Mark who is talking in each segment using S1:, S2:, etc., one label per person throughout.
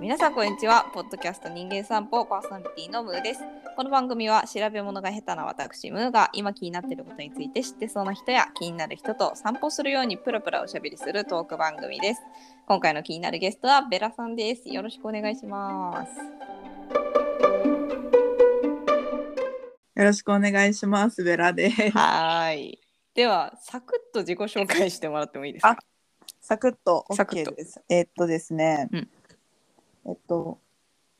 S1: 皆さんこんにちはポッドキャスト人間散歩パーソナリティのムーですこの番組は調べ物が下手な私ムーが今気になっていることについて知ってそうな人や気になる人と散歩するようにプラプラおしゃべりするトーク番組です今回の気になるゲストはベラさんですよろしくお願いします
S2: よろしくお願いします。ベラです。
S1: はーいではサクッと自己紹介してもらってもいいですか
S2: サクッと
S1: サクッと
S2: OK です。えっとですね、
S1: うん
S2: えっと、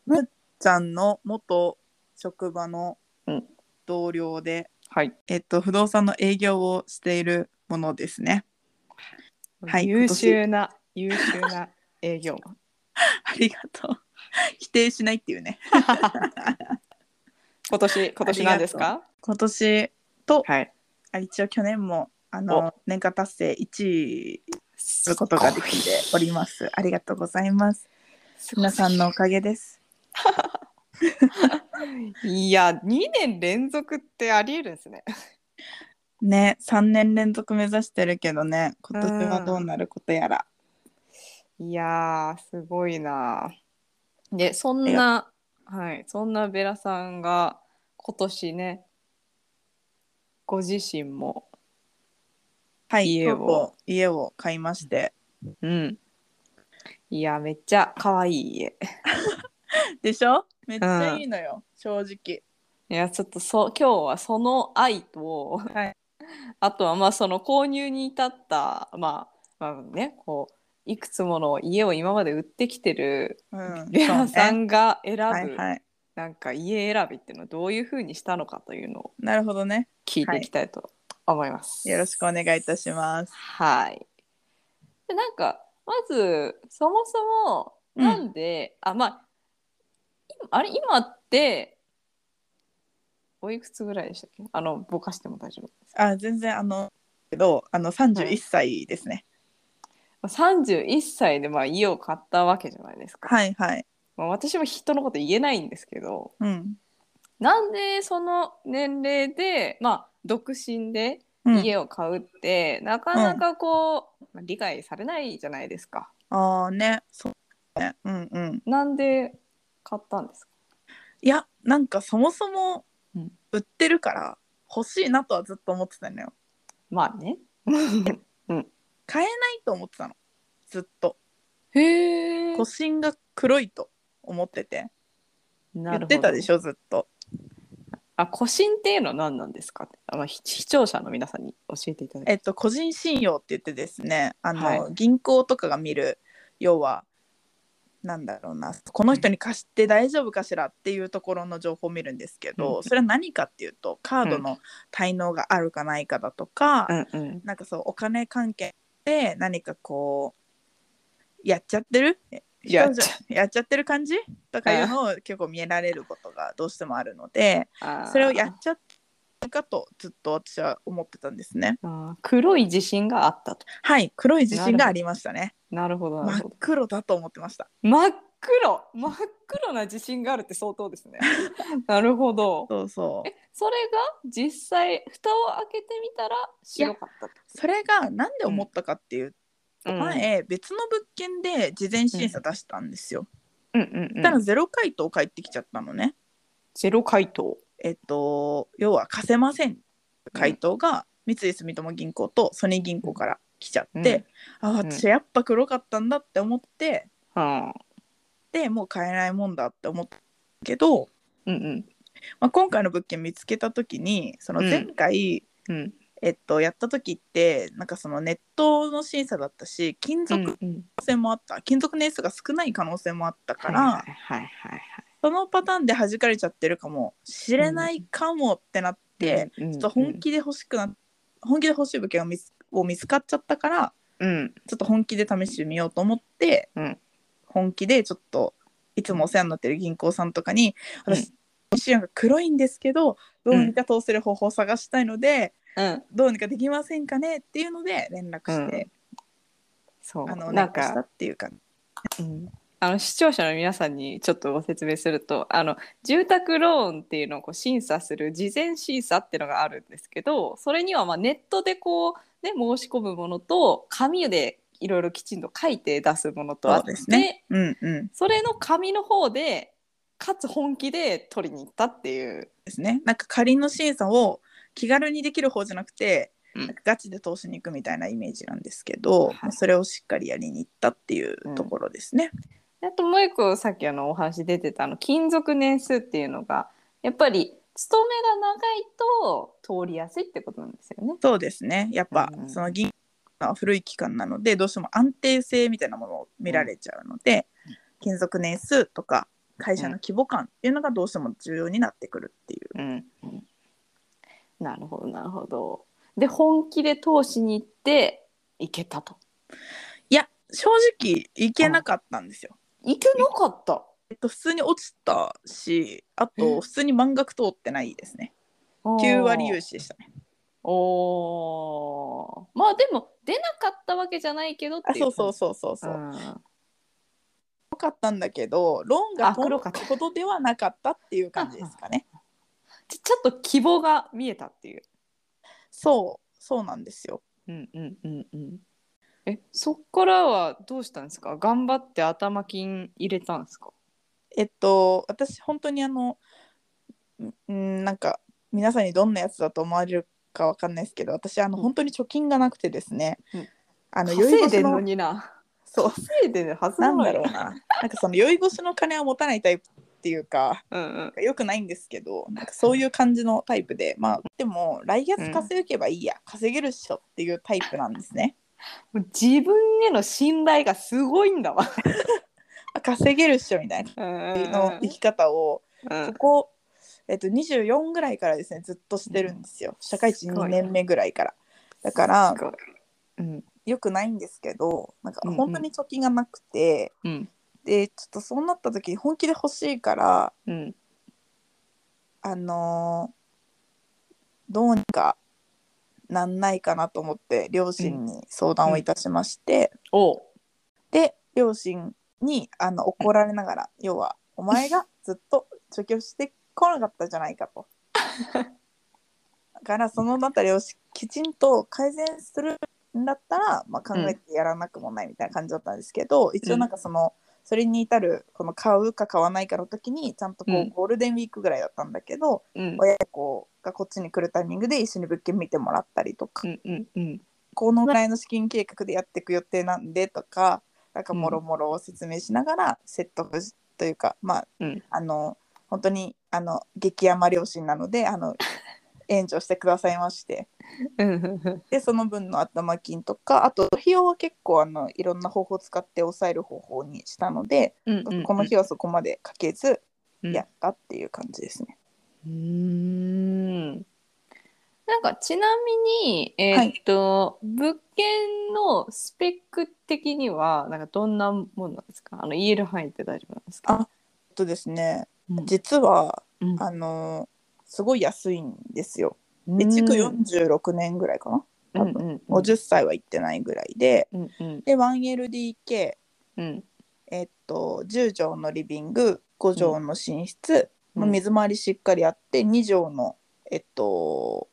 S2: むっちゃんの元職場の
S1: うん
S2: 同僚で、
S1: はい
S2: えっと、不動産の営業をしているものですね。 はい
S1: 優秀な優秀 な営業マン
S2: ありがとう。否定しないっていうね。
S1: 今年今年なんですか
S2: 今年と、
S1: はい
S2: あ一応去年も、あの、年間達成1位することがで きております。ありがとうございます。皆さんのおかげです。
S1: いや2年連続ってありえるんですね。
S2: ね、3年連続目指してるけどね、今年はどうなることやら。
S1: いやーすごいな。でそんなはいそんなベラさんが今年ねご自身も
S2: はい、
S1: 家を
S2: とうとう家を買いまして。
S1: うんいやめっちゃ可愛い家。
S2: でしょめっちゃいいのよ、正直。
S1: いやちょっとそ今日はその愛と、
S2: はい
S1: あとはまあその購入に至ったまあまあねこういくつもの家を今まで売ってきてる
S2: うん、
S1: ベラさ
S2: そうね
S1: んが選ぶ、
S2: はいはい。
S1: なんか家選びっていうのをどういうふうにしたのかというのを
S2: なるほどね。
S1: 聞いていきたいと思います。
S2: よろしくお願いいたします。
S1: はい。でなんかまずそもそも
S2: うん
S1: なんで、あまあ今あれ今っておいくつぐらいでしたっけあのぼかしても大丈夫です
S2: あ、全然あの、けど、あの31歳ですね。
S1: まあ31歳でまあ家を買ったわけじゃないですか、
S2: はいはい。
S1: まあ、私も人のこと言えないんですけど
S2: うん。
S1: なんでその年齢で、まあ、独身で
S2: うん、
S1: 家を買うって、なかなかこう、まあ理解されないじゃないですか。
S2: ああね、そうね。うんうん。
S1: なんで買ったんですか。
S2: いや、なんかそもそも
S1: うん
S2: 売ってるから欲しいなとはずっと思ってたのよ。
S1: まあね。
S2: 買えないと思ってたのずっと
S1: へえ
S2: 都。心が黒いと思ってて言
S1: なる
S2: っ
S1: ほど
S2: てたでしょずっと
S1: あ、個人っていうのは何なんですか。あのひ視聴者の皆さんに教えていただいて。
S2: えっと個人信用って言ってですねあの、
S1: は
S2: 銀行とかが見る要はなんだろうなこの人に貸して大丈夫かしらっていうところの情報を見るんですけど、
S1: うん
S2: それは何かっていうとカードの滞納があるかないかだとか、
S1: うんうん。
S2: なんかそうお金関係で何かこうやっちゃってる
S1: やっちゃ
S2: 人じゃやっちゃってる感じとかいうのを結構見えられることがどうしてもあるので
S1: あー
S2: それをやっちゃったかとずっと私は思ってたんですね
S1: あー黒い自信があったと。
S2: はい黒い自信がありましたね
S1: なるほどな
S2: 真
S1: るほ
S2: っ
S1: ど。
S2: 黒だと思ってました
S1: 真っ黒真っ黒な自信があるって相当です ね。なるほど。
S2: そうそう
S1: それが実際蓋を開けてみたら白かったと。
S2: それがなんで思ったかっていうと、
S1: うん
S2: 前別の物件で事前審査出したんですよ、
S1: うんうんう
S2: そしたら
S1: ん、
S2: ゼロ回答返ってきちゃったのね
S1: ゼロ回答。
S2: えっと、要は貸せません回答が三井住友銀行とソニー銀行から来ちゃって、あ私やっぱ黒かったんだって思って
S1: はあ、
S2: でもう買えないもんだって思ったけど、
S1: うんうん
S2: まあ、今回の物件見つけた時にその
S1: うん
S2: 前回、
S1: うん
S2: えっと、やった時ってなんかそのネットの審査だったし金
S1: う
S2: 属可
S1: んうん。
S2: 能性もあった、金属年数が少ない可能性もあったから、
S1: はいはいはいはい。
S2: そのパターンで弾かれちゃってるかもしれないかもってなって。
S1: うんうんうん、
S2: ちょっと本気で欲しくな、本気で欲しい物件を見つを見つかっちゃったから
S1: うん
S2: ちょっと本気で試してみようと思って、
S1: うん
S2: 本気でちょっといつもお世話になってる銀行さんとかに「
S1: うん
S2: 私資料が黒いんですけどどうにか通せる方法を探したいので、
S1: うん。
S2: どうにかできませんかね?」っていうので連絡して、
S1: そう
S2: あ
S1: な
S2: の
S1: ん
S2: 連絡した
S1: か、
S2: っていうか
S1: うん、あの視聴者の皆さんにちょっとご説明するとあの住宅ローンっていうのをこう審査する事前審査っていうのがあるんですけどそれにはまあネットでこう、ね、申し込むものと紙でいろいろきちんと書いて出すものとあ
S2: そう
S1: っ
S2: で
S1: て
S2: すね。うんうん。
S1: それの紙の方でかつ本気で取りに行ったっていう
S2: ですね。なんか仮の審査を気軽にできる方じゃなくて、
S1: うん
S2: なんかガチで通しに行くみたいなイメージなんですけど、
S1: はい
S2: まあそれをしっかりやりに行ったっていうところですね。
S1: であともう一個さっきあのお話出てたあの勤続年数っていうのがやっぱり勤めが長いと通りやすいってことなんですよね。
S2: そうですね。やっぱ、
S1: うんうん
S2: その銀の古い期間なのでどうしても安定性みたいなものを見られちゃうので、勤続年数とか会社の規模感っていうのがどうしても重要になってくるっていう。
S1: うん、なるほどなるほど。で本気で通しに行って行けたと。
S2: いや正直行けなかったんですよ。
S1: 行けなかった。
S2: えっと普通に落ちたしあ
S1: うん
S2: と普通に満額通ってないですね。9割融資でしたね。
S1: おーまあでも出なかったわけじゃないけどっ
S2: あ
S1: てい
S2: そううそう
S1: そ
S2: そうそうそう。よ
S1: ん
S2: かったんだけどローンが
S1: あ
S2: 通
S1: 黒
S2: る
S1: かった
S2: ほどではなかったっていう感じですかね。
S1: ちちょっと希望が見えたっていう。
S2: そうそうなんですよ。
S1: うんうんうんうん。えそっからはどうしたんですか頑張って頭金入れたんですか
S2: えっと私本当にあのうんなんか皆さんにどんなやつだと思われるかわかんないですけど私あの
S1: うん
S2: 本当に貯金がなくてですね、
S1: うん
S2: あの
S1: 稼いでんの
S2: の
S1: にな。
S2: そう
S1: 稼いでるはず
S2: なんだ
S1: の
S2: ろ
S1: よ
S2: うななんかその酔い越しの金は持たないタイプっていうか
S1: うんうん。
S2: よくないんですけどなんかそういう感じのタイプでまあでも来月稼げばいいや、稼げるっしょっていうタイプなんですね
S1: もう自分への信頼がすごいんだわ。
S2: あ稼げるっしょみたいなの生き方をここ、えっと、24ぐらいからですねずっとしてるんですよ社会人
S1: すご
S2: 2
S1: い
S2: 年目ぐらいからだから
S1: すごいうん
S2: よくないんですけどなんか
S1: うんうん
S2: 本当に貯金がなくて、
S1: うん
S2: でちょっとそうなった時に本気で欲しいから
S1: うん
S2: あのーどうにかなんないかなと思って両親に相談をいたしまして、
S1: おう
S2: で両親にあの怒られな がら、要は「お前がずっと貯金をしてこなかったじゃないかと」だからそのあたりをしきちんと改善するんだったら、まあ、考えてやらなくもないみたいな感じだったんですけど、一応なんかその。それに至るこの買うか買わないかの時にちゃんとこ
S1: うん
S2: うゴールデンウィークぐらいだったんだけど、
S1: うん
S2: 親子がこっちに来るタイミングで一緒に物件見てもらったりとか、
S1: うんうんうん
S2: このぐらいの資金計画でやっていく予定なんでとかなんかもろもろを説明しながら説得しというかまあ、
S1: うん
S2: あの本当にあの激甘両親なのであ の援助してくださいまして
S1: うん
S2: でその分の頭金とかあと費用は結構あのいろんな方法を使って抑える方法にしたので、
S1: うん
S2: この日はそこまでかけず
S1: うん
S2: やったっていう感じですね。
S1: うーんなんかちなみにえーっと、物件のスペック的にはなんかどんなものなんですかあの言える範囲って大丈夫なんですか
S2: あえっとですね
S1: うん
S2: 実は
S1: うん
S2: あのすごい安いんですよ。
S1: う
S2: で
S1: ん
S2: 築46年ぐらいかな、
S1: うんうんうん
S2: 50歳は行ってないぐらいで
S1: うんうん
S2: で 1LDK、え
S1: うん
S2: っと10畳のリビング5畳の寝室、
S1: うん
S2: まあ水回りしっかりあって2畳のえっと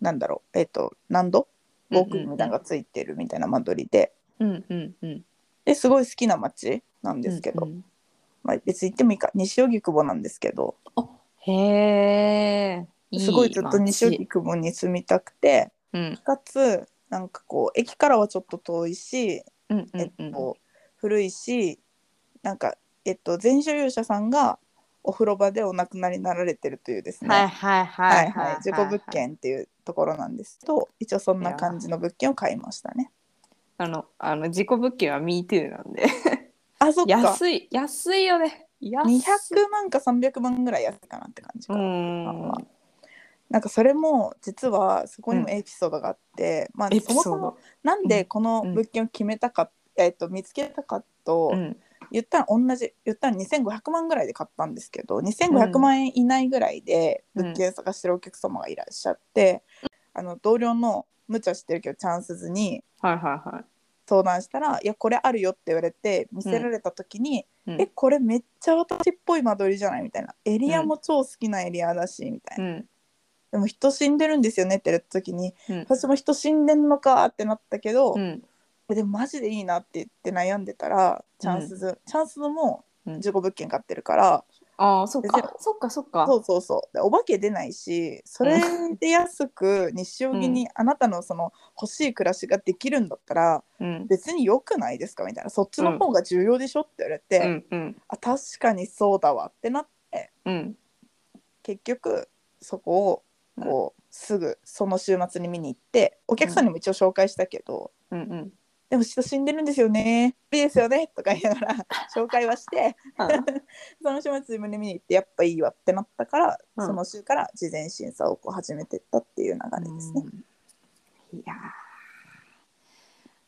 S2: なんだろうえっと何度ウォークインみたいなのがついてるみたいな間取りで
S1: うんうんうん
S2: ですごい好きな街なんですけど、
S1: うんうん
S2: まあ、別に行ってもいいか西荻窪なんですけど
S1: へえ
S2: すごいずっと西荻窪に住みたくて。
S1: うん
S2: かつなんかこう駅からはちょっと遠いし、
S1: うんう
S2: えっ
S1: んうん
S2: と、古いしなんか、えっと、前所有者さんがお風呂場でお亡くなりになられてるというですね、
S1: はいはいは
S2: はいいはい事故物件っていうところなんですけど一応そんな感じの物件を買いましたね。
S1: あのあの事故物件は MeToo なんで
S2: あそっか
S1: 安い安いよね安い
S2: 200万か300万ぐらい安いかなって感じか
S1: う
S2: な。
S1: ん
S2: なんかそれも実はそこにもエピソードがあって、まあ
S1: エ
S2: そ
S1: ピ
S2: も
S1: ソ
S2: そ
S1: ード
S2: もなんでこの物件を決めたか、えっと、見つけたかと、
S1: うん
S2: 言ったら同じ言ったら2500万ぐらいで買ったんですけど2500万円以内ぐらいで
S1: うん
S2: 物件探してるお客様がいらっしゃって、あの同僚の無茶してるけどチャンスずに
S1: はいはいはい
S2: 相談したら「いやこれあるよ」って言われて見せられた時に「
S1: うん
S2: えこれめっちゃ私っぽい間取りじゃない?」みたいな「エリアも超好きなエリアだし」みたいうな、
S1: ん
S2: でも人死んでるんですよね」って言った時に
S1: う
S2: 「私も人死んでんのか」ってなったけど、
S1: ん
S2: えでもマジでいいなって言って悩んでたらチャンスズ、チャンスズも
S1: うん
S2: 15物件買ってるから、
S1: ああ、そっ
S2: で
S1: か、そっか、そっか。
S2: そうそうそうでお化け出ないしそれで安く西荻にあなたのその欲しい暮らしができるんだったら
S1: うん。
S2: 別に良くないですかみたいなそっちの方が重要でしょって言われて、
S1: うん、うん、
S2: あ確かにそうだわってなって
S1: うん。
S2: 結局そこをこう、すぐその週末に見に行ってお客さんにも一応紹介したけど、
S1: うん、うん。
S2: でも人死んでるんですよねいいですよねとか言いながら 紹介はして
S1: あ
S2: その週末自分で見に行ってやっぱいいわってなったから、
S1: うん
S2: その週から事前審査をこう始めてったっていう流れですね。
S1: うんいや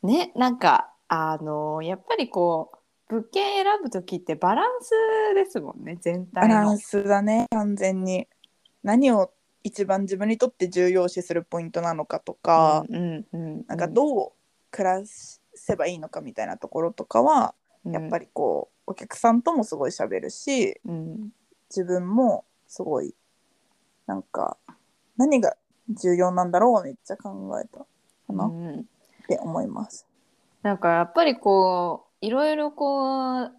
S1: ーねなんかあのーやっぱりこう物件選ぶ時ってバランスですもんね全
S2: バ
S1: 体
S2: ラ
S1: の
S2: ン。スだね完全に何を一番自分にとって重要視するポイントなのかとか、
S1: うんうんうん、
S2: なんかどう暮らせばいいのかみたいなところとかは、
S1: うん
S2: やっぱりこうお客さんともすごい喋るし
S1: うん
S2: 自分もすごいなんか何が重要なんだろうはめっちゃ考えたかな
S1: う
S2: っ
S1: ん、
S2: て思います。
S1: なんかやっぱりこういろいろこう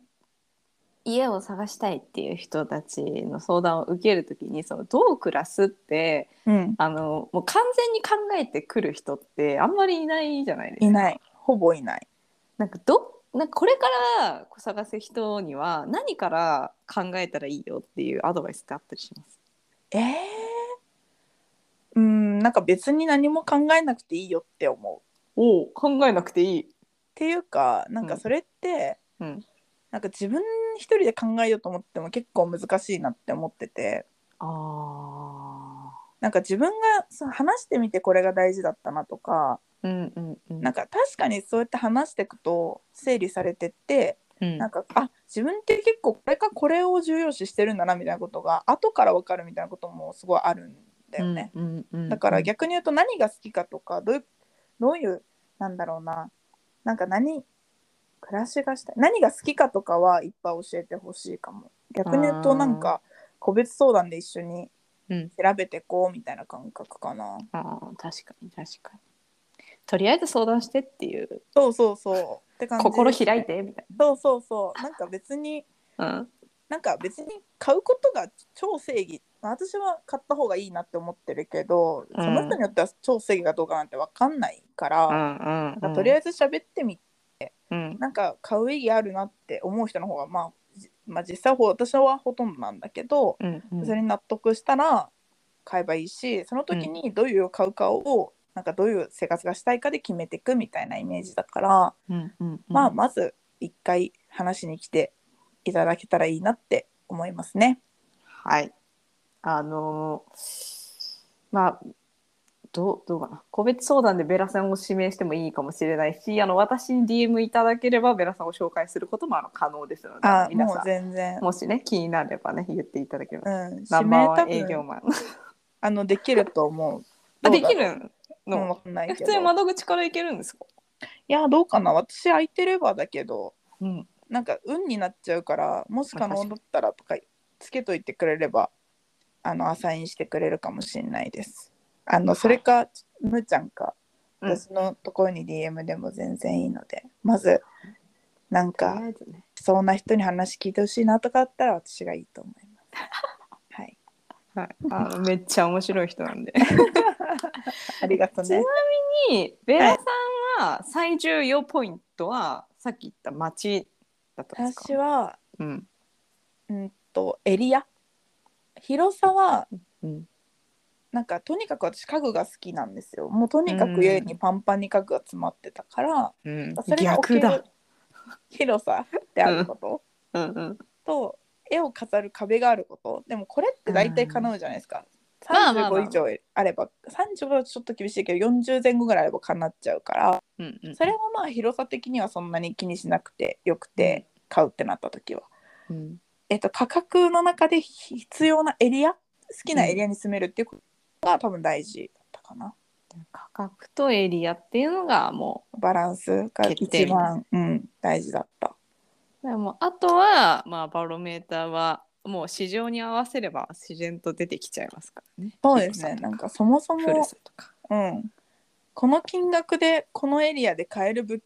S1: 家を探したいっていう人たちの相談を受けるときにそのどう暮らすって
S2: うん、
S1: あのもう完全に考えてくる人ってあんまりいないじゃないですか。
S2: いないほぼいない。
S1: なんかどなんかこれからこう探す人には何から考えたらいいよっていうアドバイスってあったりします
S2: えー、うんなんか別に何も考えなくていいよって思う。
S1: おお考えなくていい。
S2: っていうかなん
S1: う
S2: か
S1: ん
S2: それって、
S1: うん
S2: なんか自分一人で考えようと思っても結構難しいなって思ってて。
S1: あ
S2: なんか自分がそう話してみてこれが大事だったなとか、
S1: ーうんうんうん。
S2: なんか確かにそうやって話していくと整理されてって、
S1: うん
S2: なんかあ自分って結構これかこれを重要視してるんだなみたいなことが後から分かるみたいなこともすごいあるんだよね。
S1: うんうんうん
S2: だから逆に言うと何が好きかとかどういうどういうなんだろうななんか何暮らしがしたい何が好きかとかはいっぱい教えてほしいかも逆に言うとなんか個別相談で一緒に
S1: うん
S2: 調べてこうみたいな感覚かな、
S1: あー確かに確かに。とりあえず相談してっていう
S2: そうそうそうって感じ
S1: 心開いてみたい
S2: そうそうそうなんか別に
S1: な。うん
S2: なんか別に買うことが超正義まあ私は買った方がいいなって思ってるけど、
S1: うん
S2: その人によっては超正義がどうかなんて分かんないから、
S1: うんうんう
S2: なん
S1: ん。
S2: かとりあ
S1: え
S2: えず喋ってみ
S1: ず、うん
S2: なんか買う意義あるなって思う人の方が、まあ、じまあ実際ほ私はほとんどなんだけど、
S1: うんうん、
S2: それに納得したら買えばいいしその時にどういう買うかをなんかどういう生活がしたいかで決めていくみたいなイメージだから、
S1: うんうんうん、
S2: まあまず一回話しに来ていただけたらいいなって思いますね。
S1: はい。あのーまあどうどうかな個別相談でベラさんを指名してもいいかもしれないしあの私に DM いただければベラさんを紹介することもあの可能ですので
S2: あ
S1: 皆
S2: もう
S1: さ
S2: 全然
S1: ん。もしね気になればね言っていただければ、
S2: うん、指
S1: ナンバ
S2: 名
S1: ーワ
S2: 多
S1: ン営業
S2: 分
S1: マン
S2: あのできると思う。
S1: あでき
S2: どうだろ
S1: る
S2: うう ん
S1: の、
S2: わかんない
S1: え
S2: け
S1: 普
S2: ど。
S1: 通に
S2: い
S1: 窓口から行けるんですか、
S2: やどうかな私空いてればだけど
S1: うん、
S2: なんか運になっちゃうからもし可能だったらとかつけといてくれればあのアサインしてくれるかもしれないです。あのそれかむーちゃんか
S1: うん
S2: 私のところに DM でも全然いいので、まずなん
S1: とり
S2: か
S1: あえずね
S2: そんな人に話聞いてほしいなとかあったら私がいいと思い ます。はい、
S1: はい、あのめっちゃ面白い人なん で
S2: ありがとう
S1: ちな
S2: ね。
S1: みにベラさんは最重要ポイントはさっき言った町だったんですか
S2: 私は
S1: うん
S2: うんとエリア広さは
S1: うん
S2: なんかとにかく私家具が好きなんですよ。もうとにかく家にパンパンに家具が詰まってたから、
S1: うん
S2: それが
S1: 逆
S2: 置ける
S1: だ。
S2: 広さであること、
S1: うんうん。
S2: と絵を飾る壁があることでもこれって大体叶うじゃないですか、
S1: まあまあまあ
S2: 35以上あれば35はちょっと厳しいけど40前後ぐらいあれば叶っちゃうから
S1: うんうん。
S2: それはまあ広さ的にはそんなに気にしなくてよくて買うってなった時は、
S1: うん。
S2: えっと、価格の中で必要なエリア好きなエリアに住めるっていうことが多分大事だったかな
S1: 価格とエリアっていうのがも
S2: バランスが
S1: 決定
S2: 一番、うん、大事だった
S1: う。でもあとはまあバロメーターはもう市場に合わせれば自然と出てきちゃいますからね。
S2: そうですねなんかそもそも
S1: 広さとか。
S2: うん、この金額でこのエリアで買える物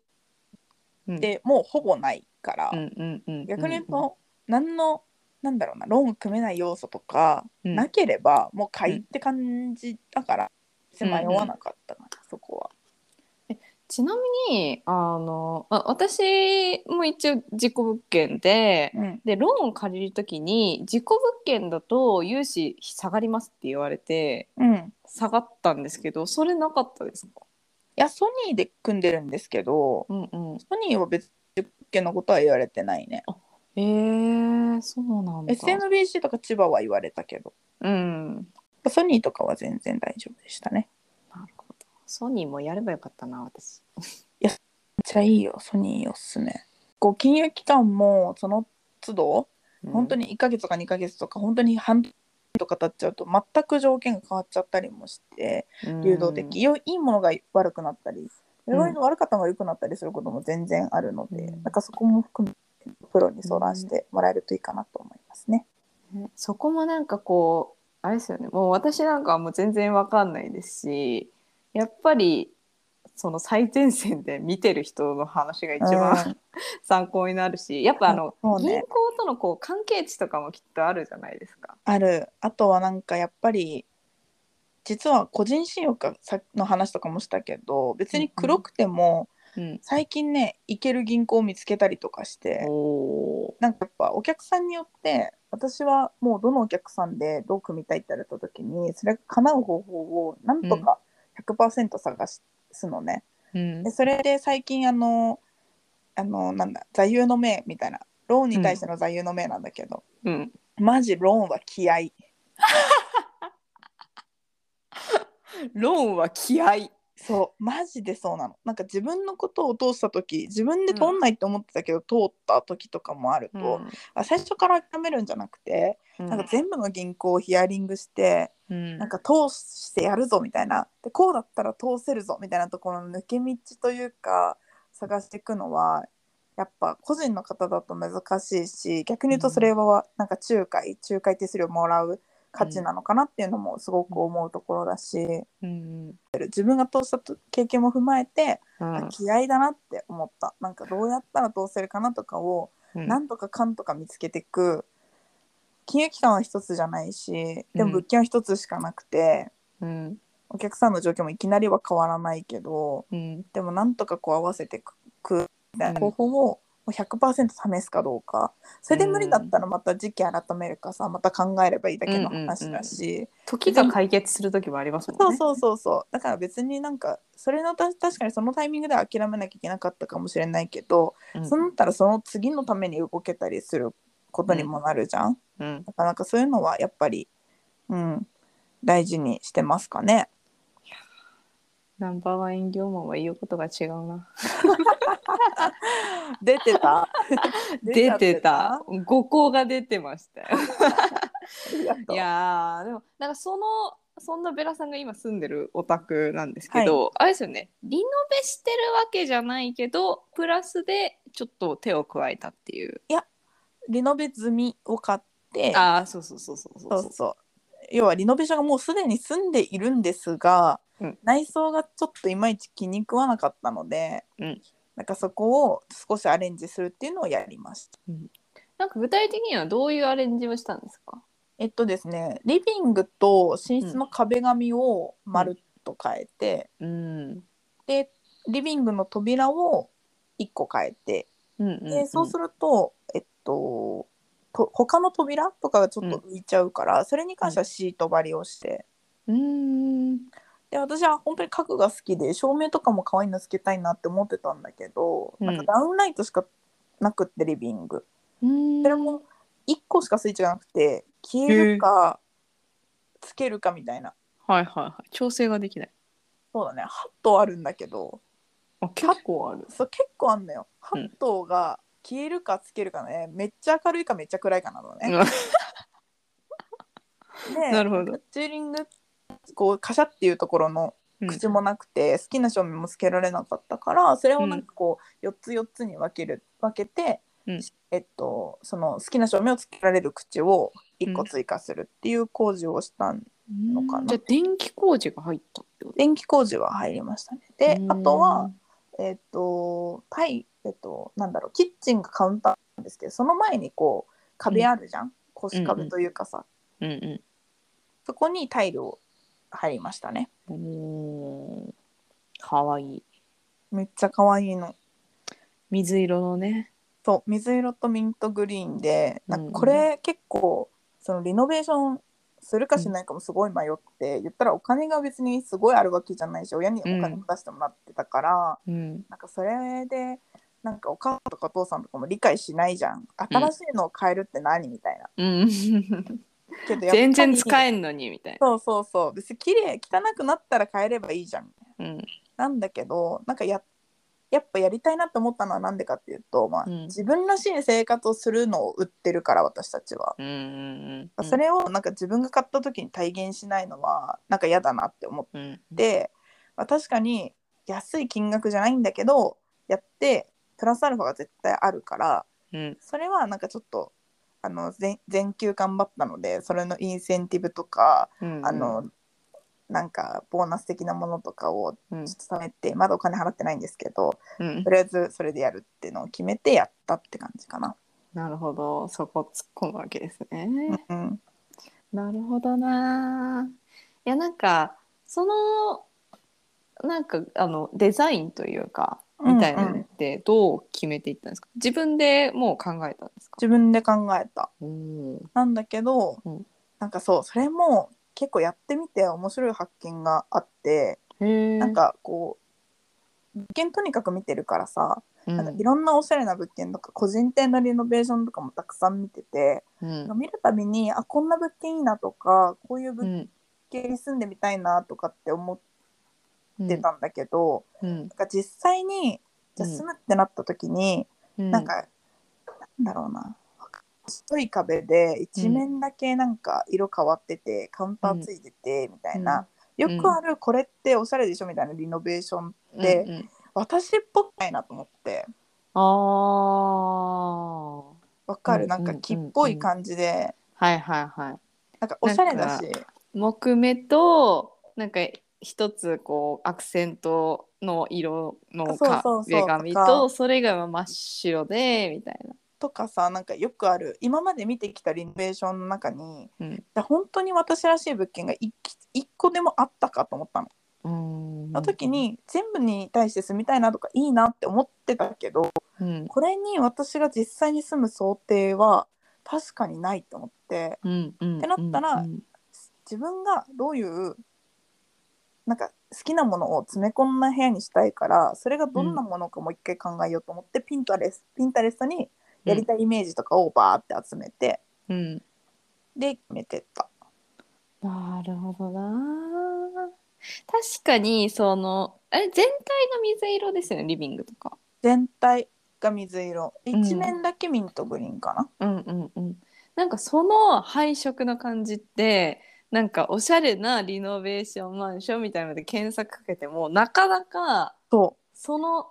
S2: てもうほぼないから、
S1: うんうんうんうん
S2: 逆に言うと、何のなんだろうなローン組めない要素とか
S1: うん
S2: なければもう買いって感じだから、迷わなかったな、そこは。
S1: ちなみにあのあ私も一応自己物件で
S2: うん、
S1: でローン借りる時に自己物件だと融資下がりますって言われて
S2: うん
S1: 下がったんですけどそれなかったですか、
S2: いやソニーで組んでるんですけど
S1: うんうん、
S2: ソニーは別に物件のことは言われてないね。
S1: えー、そうなんだ。
S2: SMBC とか千葉は言われたけど
S1: うん。
S2: ソニーとかは全然大丈夫でしたね。
S1: なるほど。ソニーもやればよかったな、私。
S2: めっちゃいいよソニーおすすめ。こう金融機関もその都度本当
S1: に。
S2: に1ヶ月とか2ヶ月とか本当に半年とか経っちゃうと全く条件が変わっちゃったりもして流動的、良いいいものが悪くなったり
S1: うん
S2: 良いの悪かったのが良くなったりすることも全然あるので、
S1: うん
S2: なんかそこも含めてプロに相談してもらえるといいかなと思いますね。
S1: ねそこもなんかこう、あれですよね。もう私なんかはもう全然わかんないですし、やっぱり、その最前線で見てる人の話が一番 参考になるし、やっぱあの、
S2: そうね
S1: 銀行とのこう関係値とかもきっとあるじゃないですか。
S2: あるあとはなんかやっぱり実は個人信用かさの話とかもしたけど別に黒くても
S1: うん。
S2: 最近ね行ける銀行を見つけたりとかして。
S1: おー
S2: なんかやっぱお客さんによって私はもうどのお客さんでどう組みたいって言われた時にそれが叶う方法をなんとか100%探すのね、
S1: うん
S2: でそれで最近あのあのなんだ座右の銘みたいなローンに対しての座右の銘なんだけど、
S1: うん。
S2: マジローンは気合
S1: ローンは気合。
S2: そうマジでそうなのなんか自分のことを通した時自分で通んないと思ってたけど、通った時とかもあると、あ最初から諦めるんじゃなくて、
S1: うん
S2: なんか全部の銀行をヒアリングして
S1: うん
S2: なんか通してやるぞみたいなでこうだったら通せるぞみたいなところの抜け道というか探していくのはやっぱ個人の方だと難しいし逆に言うとそれはなんか仲介仲介手数料もらう価値なのかなっていうのもすごく思うところだし、
S1: うん
S2: 自分が通した経験も踏まえて、
S1: うん
S2: 気合いだなって思ったなんかどうやったら通せるかなとかを
S1: うん
S2: なんとかかんとか見つけてく金融機関は一つじゃないしでも物件は一つしかなくて、
S1: うん
S2: お客さんの状況もいきなりは変わらないけど
S1: うん
S2: でもなんとかこう合わせてくみたいな
S1: う
S2: 方
S1: ん
S2: 法をもう100%試すかどうかそれで無理だったらまた時期改めるかさまた考えればいいだけの話だし、
S1: 時が解決する時もありますもんね。
S2: そうそうそうそうだから別になんかそれのた確かにそのタイミングでは諦めなきゃいけなかったかもしれないけど、
S1: うん
S2: そうなったらその次のために動けたりすることにもなるじゃん
S1: うん
S2: なかなかそういうのはやっぱり、うん、大事にしてますかね。
S1: ナンバーワン営業マンは言うことが違うな。
S2: 出てた
S1: 出てた。五行が出てましたよ。い
S2: いや、
S1: やーでもなんかそのそんなベラさんが今住んでるお宅なんですけど、あれですよねリノベしてるわけじゃないけどプラスでちょっと手を加えたっていう。
S2: リノベ済みを買って、
S1: ああそうそうそうそうそ
S2: そううそう。要はリノベーションがもうすでに住んでいるんですが、
S1: うん
S2: 内装がちょっといまいち気に食わなかったので、
S1: うん
S2: なんかそこを少しアレンジするっていうのをやりました。
S1: なんか具体的にはどういうアレンジをしたんですか。
S2: えっとですね、リビングと寝室の壁紙をまるっと変えて、
S1: うん。
S2: でリビングの扉を1個変えて、
S1: うんうん、
S2: でそうすると、えっとと他の扉とかがちょっと浮いちゃうから、それに関してはシート張りをして
S1: うん。
S2: で私は本当に家具が好きで照明とかも可愛いのつけたいなって思ってたんだけど、
S1: うん
S2: なんかダウンライトしかなくってリビング
S1: うん。
S2: それも1個しかスイッチがなくて消えるかつけるかみたいな
S1: はいはいはい。調整ができない。
S2: そうだね8頭あるんだけど
S1: あ結構ある。
S2: そう結構あんのよ
S1: うん
S2: 8頭が消えるかつけるかね、めっちゃ明るいかめっちゃ暗いかな のね、で
S1: なるほど。
S2: チューリングこうカシャっていうところの口もなくて、好きな照明もつけられなかったからそれをなんかこう4つ4つに分ける分けて、
S1: うん
S2: えっとその好きな照明をつけられる口を1個追加するっていう工事をしたん、
S1: うん
S2: のかな
S1: じゃあ電気工事が入ったってこと
S2: 電気工事は入りましたねであとは、えっとタイえっとなんだろうキッチンがカウンターなんですけどその前にこう壁あるじゃん、腰
S1: うんう
S2: 壁
S1: ん
S2: というかさ、
S1: うんう
S2: そこにタイルを入りましたね
S1: ん。うーん。かわいい。
S2: めっちゃ可愛いの
S1: 水色のね。
S2: そう水色とミントグリーンでなん
S1: うん
S2: かこれ結構そのリノベーションするかしないかもすごい迷って、言ったらお金が別にすごいあるわけじゃないし親にお金も出してもらってたから、
S1: うん。
S2: なんかそれでなんかお母さんとかお父さんとかも理解しないじゃん新しいのを変えるって何みたいな
S1: うん。
S2: けどやっぱり
S1: 全然使えんのにみたい
S2: そうそうそう別に綺麗汚くなったら変えればいいじゃん
S1: な。うん。
S2: なんだけどなんかややっぱやりたいなって思ったのはなんでかっていうと、まあ
S1: うん
S2: 自分らしい生活をするのを売ってるから私たちは、
S1: うんうんうん。
S2: それをなんか自分が買った時に体現しないのはなんか嫌だなって思っ
S1: うん。
S2: て、まあ、確かに安い金額じゃないんだけどやってプラスアルファが絶対あるから
S1: うん。
S2: それはなんかちょっとあの全全休頑張ったのでそれのインセンティブとか、
S1: うん。
S2: あのなんかボーナス的なものとかを
S1: うん
S2: ちょっと貯めてまだお金払ってないんですけど
S1: うん
S2: と。りあえずそれでやるっていうのを決めてやったって感じかな。
S1: なるほど。そこ突っ込むわけですね。
S2: うん
S1: なるほどな。いやなんかそのなんかあのデザインというかみたいな
S2: うんう
S1: の
S2: ん
S1: ってどう決めていったんですか、自分でもう考えたんですか
S2: 自分で考えた
S1: うん
S2: なんだけど、
S1: うん
S2: なんかそうそれも結構やってみて面白い発見があって、
S1: へえ
S2: なんかこう物件とにかく見てるからさ、
S1: うん
S2: なんかいろんなおしゃれな物件とか個人店のリノベーションとかもたくさん見てて、
S1: うん
S2: なんか見るたびにあこんな物件いいなとかこういう
S1: う
S2: 物
S1: ん
S2: 件に住んでみたいなとかって思っ
S1: うん
S2: てたんだけど、
S1: うん
S2: なんか実際にじゃあ
S1: うん
S2: 住むってなった時に、
S1: うん
S2: なんかなんだろうな太い壁で一面だけなんか色変わってて、カウンターついててみたいな、
S1: ん
S2: よくあるこれっておしゃれでしょみたいなリノベーション、で
S1: うんうん
S2: 私っぽくないなと思って
S1: ああは
S2: わかる、
S1: うん
S2: なんか木っぽい感じで、
S1: いはいはい
S2: なんかおしゃれだし
S1: 木目となんか一つこうアクセントの色のか
S2: そうそうそう
S1: 壁紙とそれ以外は真っ白でみたい
S2: とかさなんかよくある今まで見てきたリノベーションの中に、
S1: うん
S2: じゃあ本当に私らしい物件が一基一個でもあったかと思ったの。
S1: な。うん
S2: の時、に全部に対して住みたいなとかいいなって思ってたけど
S1: うん
S2: これに私が実際に住む想定は確かにないと思って
S1: うんうん、
S2: ってなったら
S1: うん
S2: 自分がどういうなんか好きなものを詰め込んだ部屋にしたいからそれがどんなものかもう一回考えようと思って、ピンタレスピンタレストにやりたいイメージとかをバーって集めて、
S1: うん、
S2: で決めてった。
S1: なるほどな確かにそのあれ全体が水色ですよねリビングとか。
S2: 全体が水色
S1: ん
S2: 一面だけミントグリーンかな、
S1: うんうんうん、なんかその配色の感じってなんかおしゃれなリノベーションマンションみたいなので検索かけてもなかなか
S2: そう
S1: その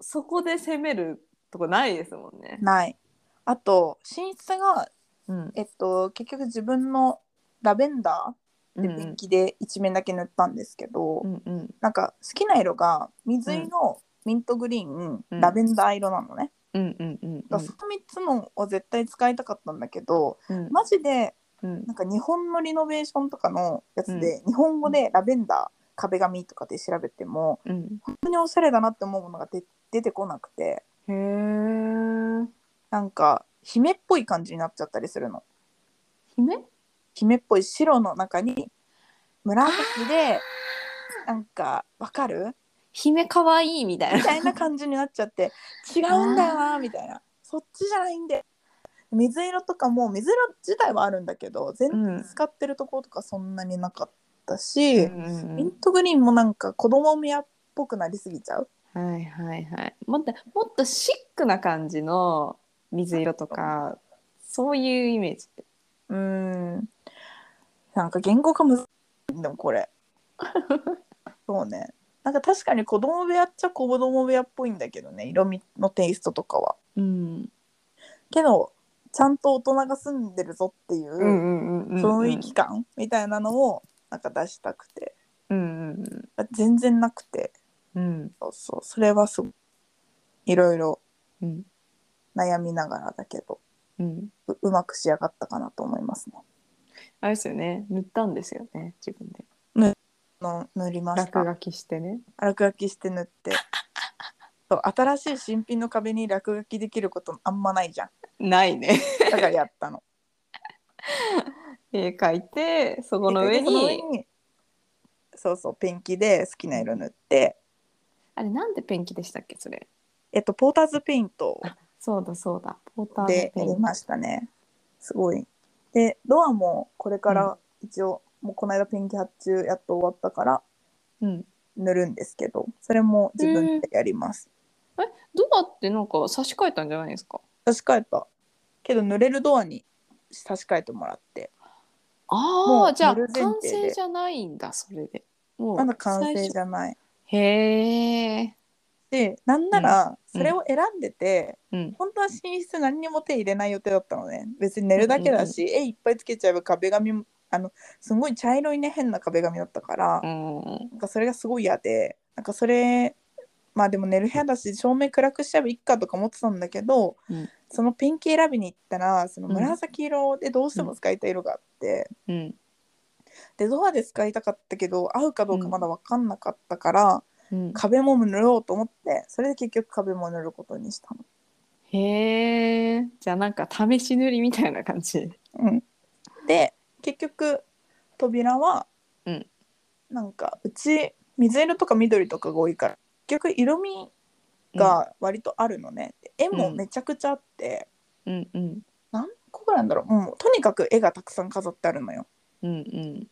S1: そこで攻めるとこないですもんね。
S2: ないあと寝室が、
S1: うん
S2: えっと、結局自分のラベンダー
S1: うん
S2: でペンキで一面だけ塗ったんですけど、
S1: うんうん
S2: なんか好きな色が水色、ミントグリーン、
S1: うん
S2: ラベンダー色なのね、
S1: うんうんうん
S2: だからその3つのを絶対使いたかったんだけど
S1: うん
S2: マジで
S1: うん
S2: なんか日本のリノベーションとかのやつで、日本語でラベンダー壁紙とかで調べても
S1: うん
S2: 本当におしゃれだなって思うものが出出てこなくて
S1: へえ
S2: なんか姫っぽい感じになっちゃったりするの。
S1: 姫
S2: 姫っぽい白の中に紫でなんかわかる
S1: 姫かわいいみたい
S2: み
S1: な。
S2: たいな感じになっちゃって違うんだよなみたいなそっちじゃないんで水色とかも水色自体はあるんだけど全
S1: うん
S2: 然使ってるところとかそんなになかったし、
S1: うん
S2: ミントグリーンもなんか子供部屋っぽくなりすぎちゃう
S1: はいはいはい。もっともっとシックな感じの水色とかそういうイメージ。
S2: うーんなんか言語化むずいでもこれそうねなんか確かに子供部屋っちゃ子供部屋っぽいんだけどね色味のテイストとかは
S1: うん
S2: けどちゃんと大人が住んでるぞってい
S1: うん
S2: う
S1: うんうんうん
S2: 雰囲気感みたいなのをなんか出したくて
S1: うんうんうん
S2: 全然なくて
S1: うん
S2: そうそうそれはすごいいろいろ
S1: うん
S2: 悩みながらだけど
S1: うん
S2: ううまく仕上がったかなと思いますね。
S1: あれですよね塗ったんですよね自分で
S2: あの塗りまし
S1: 落
S2: た
S1: 書きしてね
S2: 落書きして塗って そう新しい新品の壁に落書きできることあんまないじゃん
S1: ないね
S2: だからやったの。
S1: 絵描いてそこの上
S2: その
S1: に
S2: そうそうペンキで好きな色塗って、
S1: あれなんでペンキでしたっけそれ
S2: えっと、ポーターズペイント
S1: そうだそうだポーターの
S2: で
S1: ペ
S2: や
S1: ン
S2: りましたねすごいでドアもこれから一応、もうこの間ペンキ発注やっと終わったから
S1: うん
S2: 塗るんですけどそれも自分でやります
S1: ドアってなんか差し替えたんじゃないですか
S2: 差し替えたけど塗れるドアに差し替えてもらって
S1: あ
S2: も
S1: あ
S2: う
S1: じゃあ
S2: 塗る前
S1: 完
S2: 提で
S1: 成じゃないんだそれでもう
S2: まだ完成
S1: 最初
S2: じゃない
S1: へえ
S2: でなんなら
S1: う
S2: そ
S1: ん
S2: れを選んでて、
S1: うん
S2: 本当は寝室何にも手入れない予定だったのね別に寝るだけだし、絵いっぱいつけちゃえば壁紙もあのすごい茶色いね変な壁紙だったから、
S1: うん
S2: なんかそれがすごい嫌でなんかそれまあでも寝る部屋だし照明暗くしちゃえばいいかとか思ってたんだけど、
S1: うん
S2: そのペンキ選びに行ったらその
S1: うん
S2: 紫色でどうしても使いたい色があって、
S1: うん
S2: でドアで使いたかったけど合うかどうかまだ分かんなかったから、
S1: うん
S2: 壁も塗ろうと思ってそれで結局壁も塗ることにしたの。
S1: へえじゃあなんか試し塗りみたいな感じ
S2: うん、で結局扉は、
S1: うん
S2: なんかうち水色とか緑とかが多いから結局色味が割とあるのね、で絵もめちゃくちゃあって、
S1: うんうん
S2: 何個ぐらいなんだろうもうとにかく絵がたくさん飾ってあるのよ
S1: うん
S2: 意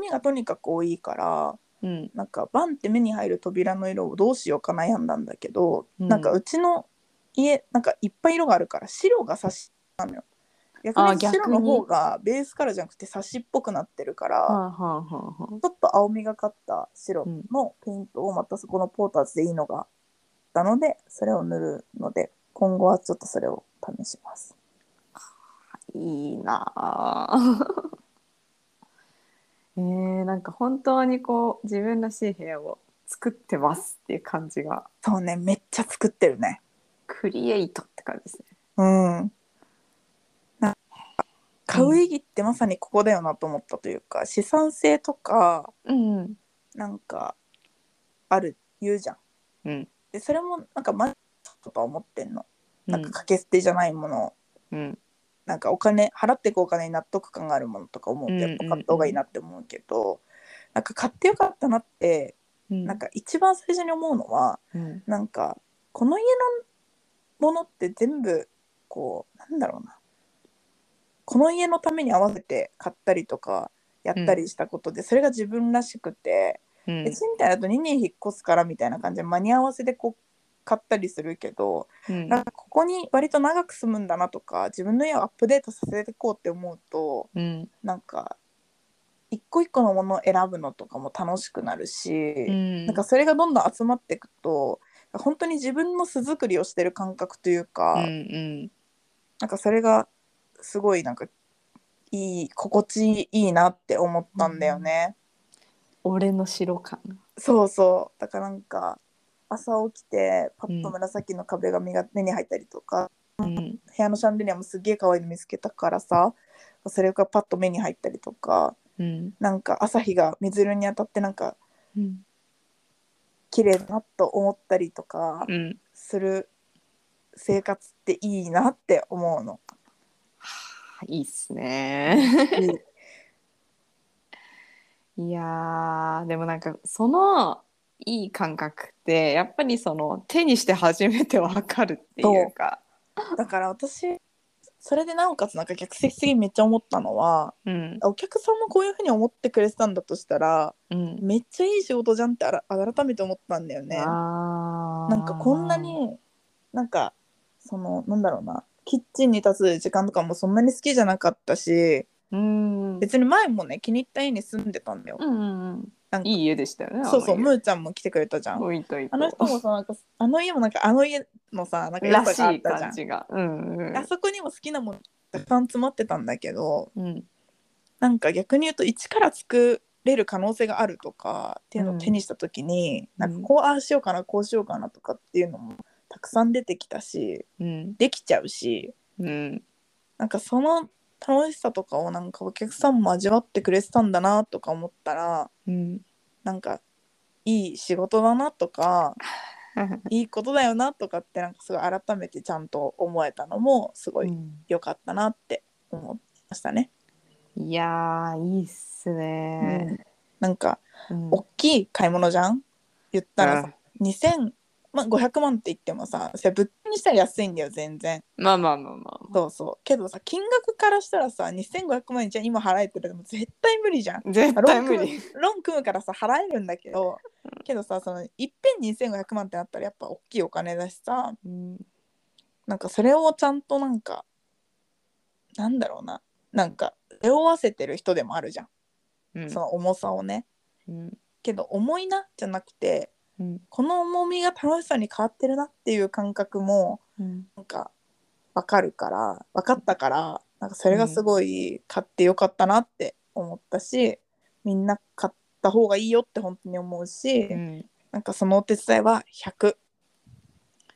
S2: 味がとにかく多いから
S1: うんうん
S2: なんかバンって目に入る扉の色をどうしようか悩んだんだけど、
S1: うん
S2: なんかうちの家なんかいっぱい色があるから白が差しなのよ逆
S1: あ
S2: に
S1: ー逆に
S2: 白の方がベースカラーじゃなくて差しっぽくなってるから、
S1: はあはあはあはあ
S2: ちょっと青みがかった白のペイントをまたそこのポーターズでいいのがあったのでそれを塗るので今後はちょっとそれを試します
S1: いいなあえー、なんか本当にこう自分らしい部屋を作ってますっていう感じが
S2: そうねめっちゃ作ってるね
S1: クリエイトって感じですね
S2: うんなんか買う意義ってまさにここだよなと思ったというか資産性とか
S1: うんうん
S2: なんかある言うじゃん、
S1: うん
S2: でそれもなんかマジだとは思ってんの
S1: う
S2: なん
S1: ん
S2: か掛け捨てじゃないものを
S1: うん
S2: なんかお金払っていくお金に納得感があるものとか思うとやっぱ買った方がいいなって思うけど、なんか買ってよかったなって
S1: うん
S2: なんか一番最初に思うのは
S1: うん
S2: なんかこの家のものって全部こうなんだろうなこの家のために合わせて買ったりとかやったりしたことでそれが自分らしくて、
S1: うん
S2: 別にみたいだと2年引っ越すからみたいな感じで間に合わせでこう買ったりするけど、
S1: うん
S2: なんかここに割と長く住むんだなとか自分の家をアップデートさせていこうって思うと
S1: うん
S2: なんか一個一個のものを選ぶのとかも楽しくなるし、
S1: うん
S2: なんかそれがどんどん集まっていくと本当に自分の巣作りをしてる感覚というか、
S1: うんうん
S2: なんかそれがすごいなんかいい心地いいなって思ったんだよね。
S1: 俺の城感
S2: そうそうだからなんか朝起きてパッと
S1: うん
S2: 紫の壁紙が目に入ったりとか、
S1: うん
S2: 部屋のシャンデリアもすっげえ可愛いの見つけたからさそれがパッと目に入ったりとか
S1: うん
S2: なんか朝日が水色に当たってなんか
S1: うん
S2: 綺麗だなと思ったりとか
S1: うん
S2: する生活っていいなって思うの。
S1: いいっすね
S2: いい
S1: いやーでもなんかそのいい感覚ってやっぱりその手にして初めてわかるっていうか
S2: だから私それでなおかつなんか客席的にめっちゃ思ったのは
S1: うん
S2: お客さんもこういうふうに思ってくれてたんだとしたら
S1: うん
S2: めっちゃいい仕事じゃんってあら改めて思ったんだよね。
S1: あー
S2: なんかこんなになんかそのなんだろうなキッチンに立つ時間とかもそんなに好きじゃなかったし
S1: うんうん
S2: 別に前もね気に入った家に住んでたんだよ、
S1: うんうん
S2: なんか
S1: いい家でしたよね
S2: そうそう
S1: あの
S2: むーちゃんも来てくれたじゃ
S1: 家
S2: ん
S1: おいといと
S2: あの人もさなんかあの家もなんかあの家のさなんか良
S1: ら
S2: さ
S1: し
S2: があっ
S1: い
S2: たじゃ
S1: 感
S2: ん
S1: じがうんうん
S2: あそこにも好きなものたくさん詰まってたんだけど
S1: うん
S2: なんか逆に言うと一から作れる可能性があるとかっていうのを手にした時に、
S1: うん
S2: なんかこうああしようかなこうしようかなとかっていうのもたくさん出てきたし
S1: うん
S2: できちゃうし
S1: うん
S2: なんかその楽しさとかをなんかお客さんも味わってくれてたんだなとか思ったら
S1: うん
S2: なんかいい仕事だなとかいいことだよなとかってなんかすごい改めてちゃんと思えたのもすごい良かったなって思いましたね。
S1: いやーいいっすね、
S2: なんか
S1: うん
S2: 大きい買い物じゃん言ったら
S1: う
S2: さ
S1: ん
S2: 2500万って言ってもさそれ物価にしたら安いんだよ全然
S1: まあまあまあまあ、
S2: そうそうけどさ金額からしたらさ2500万円じゃあ今払えてるでも絶対無理じゃん
S1: 絶
S2: ロー
S1: 対
S2: ン
S1: 無
S2: 組む
S1: 理
S2: ローン組むからさ払えるんだけどけどさそのいっぺん2500万ってなったらやっぱ大きいお金だしさ
S1: うん
S2: なんかそれをちゃんとなんかなんだろうななんか背負わせてる人でもあるじゃん、
S1: うん
S2: その重さをね
S1: うん
S2: けど重いなじゃなくて
S1: うん
S2: この重みが楽しさに変わってるなっていう感覚も
S1: うん
S2: なんか分かるから分かったからなんかそれがすごい買ってよかったなって思ったし、みんな買った方がいいよって本当に思うし、
S1: うん
S2: なんかそのお手伝いは100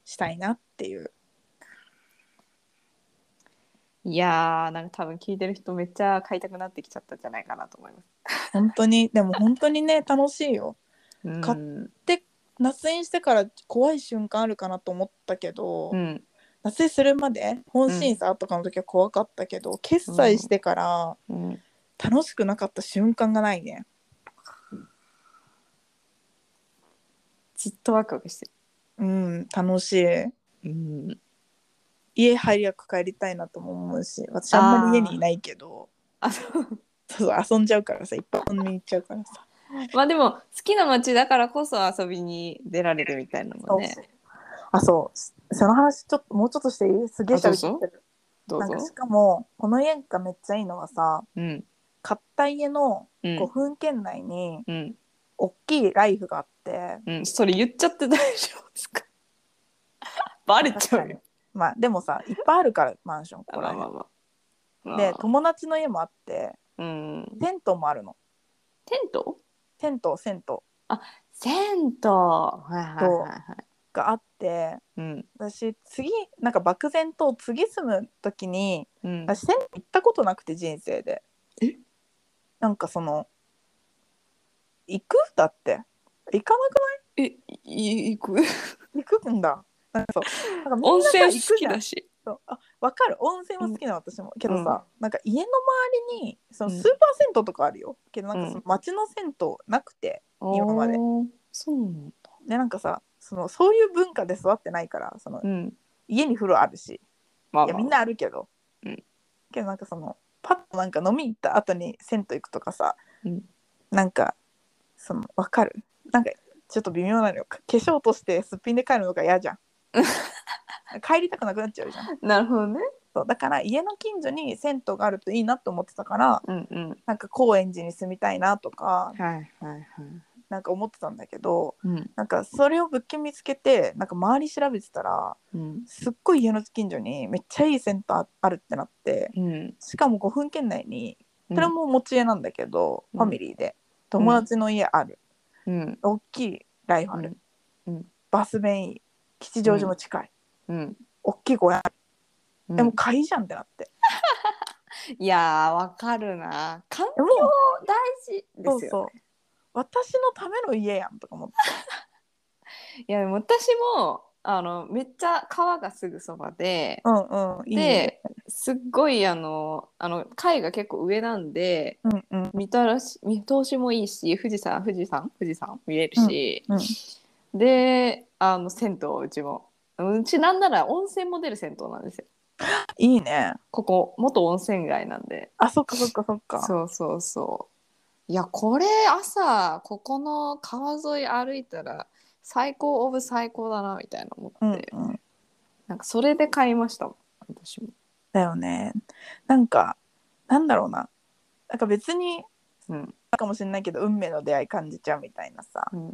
S2: したいなっていう。
S1: いやーなんか多分聞いてる人めっちゃ買いたくなってきちゃったんじゃないかなと思います。
S2: 本当にでも本当にね楽しいよ
S1: うん
S2: 買夏演してから怖い瞬間あるかなと思ったけど、
S1: うん
S2: 夏演するまで本審査とかの時は怖かったけど、決済してから
S1: うん、
S2: 楽しくなかった瞬間がないね
S1: ずっとワクワクして
S2: うん楽しい
S1: る。うん、
S2: 家早く帰りたいなとも思うし私あんまり家にいないけど
S1: あそう
S2: そうそう遊んじゃうからさいっぱい遊びに行っちゃうからさ、
S1: まあでも好きな街だからこそ遊びに出られるみたいなのもね。
S2: あそうその話ちょっともうちょっとしていいすげえ喋
S1: あどう
S2: ってる
S1: ど
S2: な
S1: うんぞ
S2: か。しかもこの家がめっちゃいいのはさ
S1: うん
S2: 買った家の
S1: うん
S2: 5分圏内に
S1: うん
S2: 大きいライフがあって、
S1: うん、それ言っちゃって大丈夫ですか バレちゃうよ。
S2: まあでもさいっぱいあるからマンションこ
S1: まあ
S2: れ、
S1: まあまあ。
S2: で
S1: ま
S2: 友達の家もあって
S1: あうん、
S2: テントもあるの
S1: テント
S2: テント銭湯
S1: 銭湯はいはいはいはい。
S2: があって
S1: うん
S2: 私次なんか漠然と次住む時に
S1: うん
S2: 私銭湯行ったことなくて人生で
S1: え
S2: なんかその行くだって行かな
S1: え、いい行く
S2: く行くんだなんかそうなんかみんな
S1: 温
S2: さ
S1: 泉
S2: 行く
S1: 好
S2: じ
S1: き
S2: ゃん
S1: だし。
S2: そうあわかる温泉は好きなの私も、けどさ、なんか家の周りにそ
S1: う
S2: のス
S1: ん
S2: ーパー銭湯とかあるよ、けどなんかその町の銭湯なくて今まで
S1: あーそうなんだ。
S2: でなんかさそのそういう文化で育ってないからその、
S1: うん。
S2: 家に風呂あるし
S1: まあ、
S2: いや
S1: まあ、
S2: みんなあるけど、
S1: うん
S2: けどなんかそのパッとなんか飲み行った後に銭湯行くとかさ、
S1: うん
S2: なんかそのわかるなんかちょっと微妙なのよ化粧落としてすっぴんで帰るのが 嫌じゃん帰りたくなくなっちゃうじゃん
S1: なるほどね。
S2: そうだから家の近所に銭湯があるといいなと思ってたから
S1: うんうん。は
S2: なんか高円寺に住みたいなとか
S1: いはいはい。
S2: なんか思ってたんだけど
S1: うん
S2: なんかそれを物件見つけてなんか周り調べてたら
S1: うん
S2: すっごい家の近所にめっちゃいい銭湯あるってなって
S1: うん。
S2: しかも5分圏内にそれも持ち家なんだけど、
S1: うん
S2: ファミリーで友達の家ある、
S1: うん
S2: 大きいライフある、
S1: うん
S2: バス便いい吉祥寺も近い、
S1: うん。
S2: 大きい小屋
S1: うん
S2: でも買いじゃんってなって、
S1: いやーわかるな。環境
S2: でも
S1: 大事です
S2: そ
S1: よ、
S2: う
S1: ね。
S2: そう私のための家やんとか思って
S1: いやでも私もあのめっちゃ川がすぐそばで、
S2: うんうんいいね
S1: で、すっごいあのあの海が結構上なんで
S2: うんうん
S1: 見たらし見通しもいいし富士山富士山富士山見えるし、
S2: うん
S1: であの銭湯うちもうちなんなら温泉も出る銭湯なんですよ
S2: いいね
S1: ここ元温泉街なんで
S2: あそっかそっかそっか
S1: そうそうそういやこれ朝ここの川沿い歩いたら最高オブ最高だなみたいな思って、
S2: うんうん
S1: なんかそれで買いましたもん私も、
S2: だよねなんかなんだろうななんか別に
S1: うん
S2: かもしれないけど運命の出会い感じちゃうみたいなさ
S1: うん、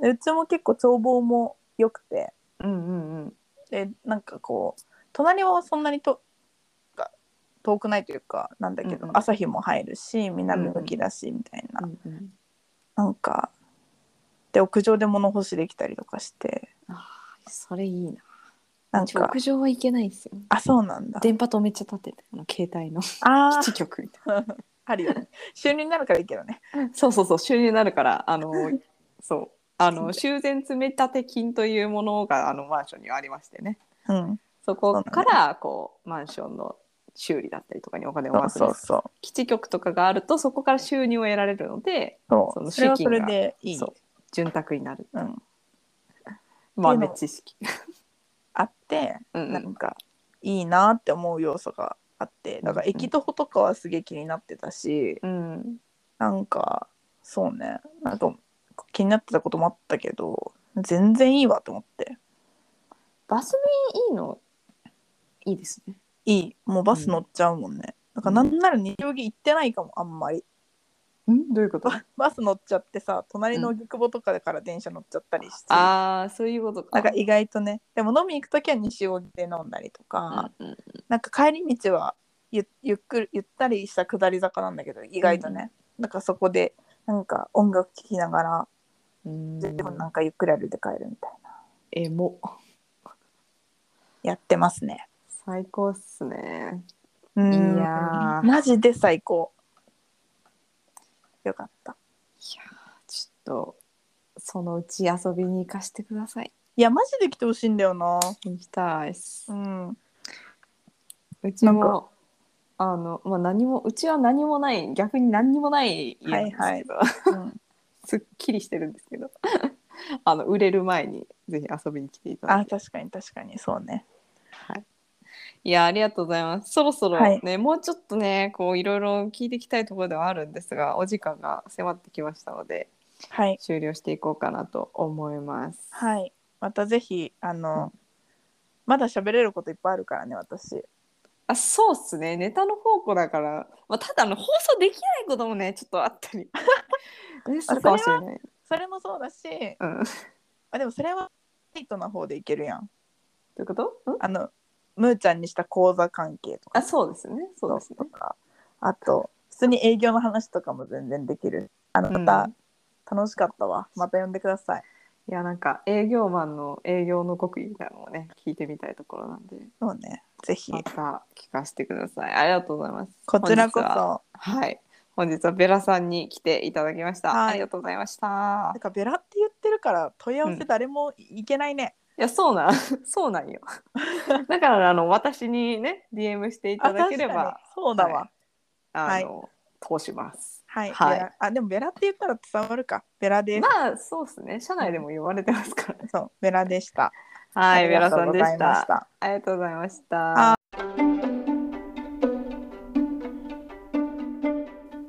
S2: でうちも結構眺望も良くて
S1: うんうんうん
S2: でなんかこう隣はそんなにとが遠くないというかなんだけど、
S1: うんうん
S2: 朝日も入るし南向きだしみたいな、
S1: うんうん
S2: なんかで屋上で物干しできたりとかして
S1: あーそれいいな。
S2: なん
S1: ちょ
S2: か
S1: 屋上はいけないですよ。
S2: あそうなんだ
S1: 電波塔めっちゃ立ってて、あの携帯の
S2: あ
S1: 基地
S2: ー
S1: 局みたい
S2: あるよね収入になるからいいけどね
S1: な。そうそうそう、収入になるから、あの、そう。あの修繕積立金というものがあのマンションにはありましてね
S2: うん
S1: そこからこうマンションの修理だったりとかにお金を
S2: そう
S1: 渡す
S2: そうそう
S1: 基地局とかがあるとそこから収入を得られるので
S2: そ
S1: その
S2: う
S1: 資
S2: それは
S1: 金
S2: そ
S1: が
S2: れでいい
S1: そう潤沢になる
S2: うん、
S1: 豆知識。
S2: あって
S1: うんう
S2: なん
S1: ん
S2: かいいなって思う要素があってだから
S1: うんうん
S2: 駅徒歩とかはすげえ気になってたし、
S1: うん
S2: なんかそうねなんか気になってたこともあったけど全然いいわと思って
S1: バス便いいのいいですね。
S2: いいもうバス乗っちゃうもんね、だからなんなら西荻行ってないかもあんまり
S1: んどういうこと
S2: ババス乗っちゃってさ隣の荻窪とかから電車乗っちゃったりして、
S1: ああそういうこと
S2: な
S1: か。
S2: んか意外とねでも飲み行く時は西荻で飲んだりとか、
S1: うんうん
S2: なんか帰り道はゆゆっくりゆったりした下り坂なんだけど意外とね、なんかそこでなんか音楽聴きながら
S1: うん
S2: でもなんかゆっくり歩いて帰るみたいな、
S1: えも
S2: やってますね
S1: 最高っすね。
S2: うん
S1: いやー
S2: マジで最高よかった
S1: いやーちょっとそのうち遊びに行かしてください。
S2: いやマジで来てほしいんだよな
S1: 行きたいっす
S2: う。ん
S1: うち
S2: なん
S1: もあのまあ何もうちは何もない逆に何にもない家なんですけど、
S2: うん
S1: すっきりしてるんですけど あの売れる前にぜひ遊びに来ていただ
S2: あ
S1: いて。
S2: 確かに確かにそうね
S1: はいいやありがとうございます。そろそろ
S2: はい
S1: ね、もうちょっとねこういろいろ聞いていきたいところではあるんですがお時間が迫ってきましたので
S2: はい
S1: 終了していこうかなと思います。
S2: はいまたぜひあの、まだ喋れることいっぱいあるからね私
S1: あそうっすねネタの宝庫だから、まあ、ただあの放送できないこともねちょっとあ ったり、ね、するかもしれない。
S2: それもそうだし
S1: うん、ど
S2: あでもそれはライトな方でいけるやん
S1: ういうこと、うん
S2: あのむーちゃんにした講座関係とか
S1: あそうですねそうですね
S2: と。かあと普通に営業の話とかも全然できるあの
S1: う
S2: ま
S1: ん
S2: た、楽しかったわまた呼んでください
S1: いやなんか営業マンの営業の極意みたいなのをね聞いてみたいところなんで
S2: そうねぜひ
S1: また聞かせてくださいありがとうございます
S2: こちらこ
S1: 本日は
S2: そ
S1: はい本日はベラさんに来ていただきました、
S2: はい
S1: ありがとうございました
S2: なんかベラって言ってるから問い合わせ誰もいけないね、
S1: いやそうなん そうなんよだからあの私にね DM してい
S2: あ
S1: ただけれ
S2: 確か
S1: ば
S2: にそうだわ
S1: あ
S2: はい
S1: の、通します
S2: はい、
S1: はい
S2: ベラあでもベラって言ったら伝わるかベラです、
S1: まあそうですね社内でも言われてますからね
S2: そうベラでした
S1: はい
S2: あ
S1: ベ
S2: り
S1: ラ
S2: がと
S1: さ
S2: うんご
S1: で
S2: ざい
S1: し
S2: ま
S1: た
S2: した
S1: ありがとうございました。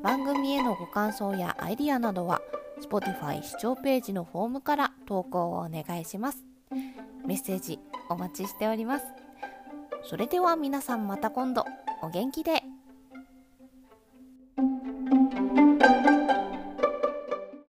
S3: 番組へのご感想やアイディアなどは Spotify 視聴ページのフォームから投稿をお願いしますメッセージお待ちしておりますそれでは皆さんまた今度お元気で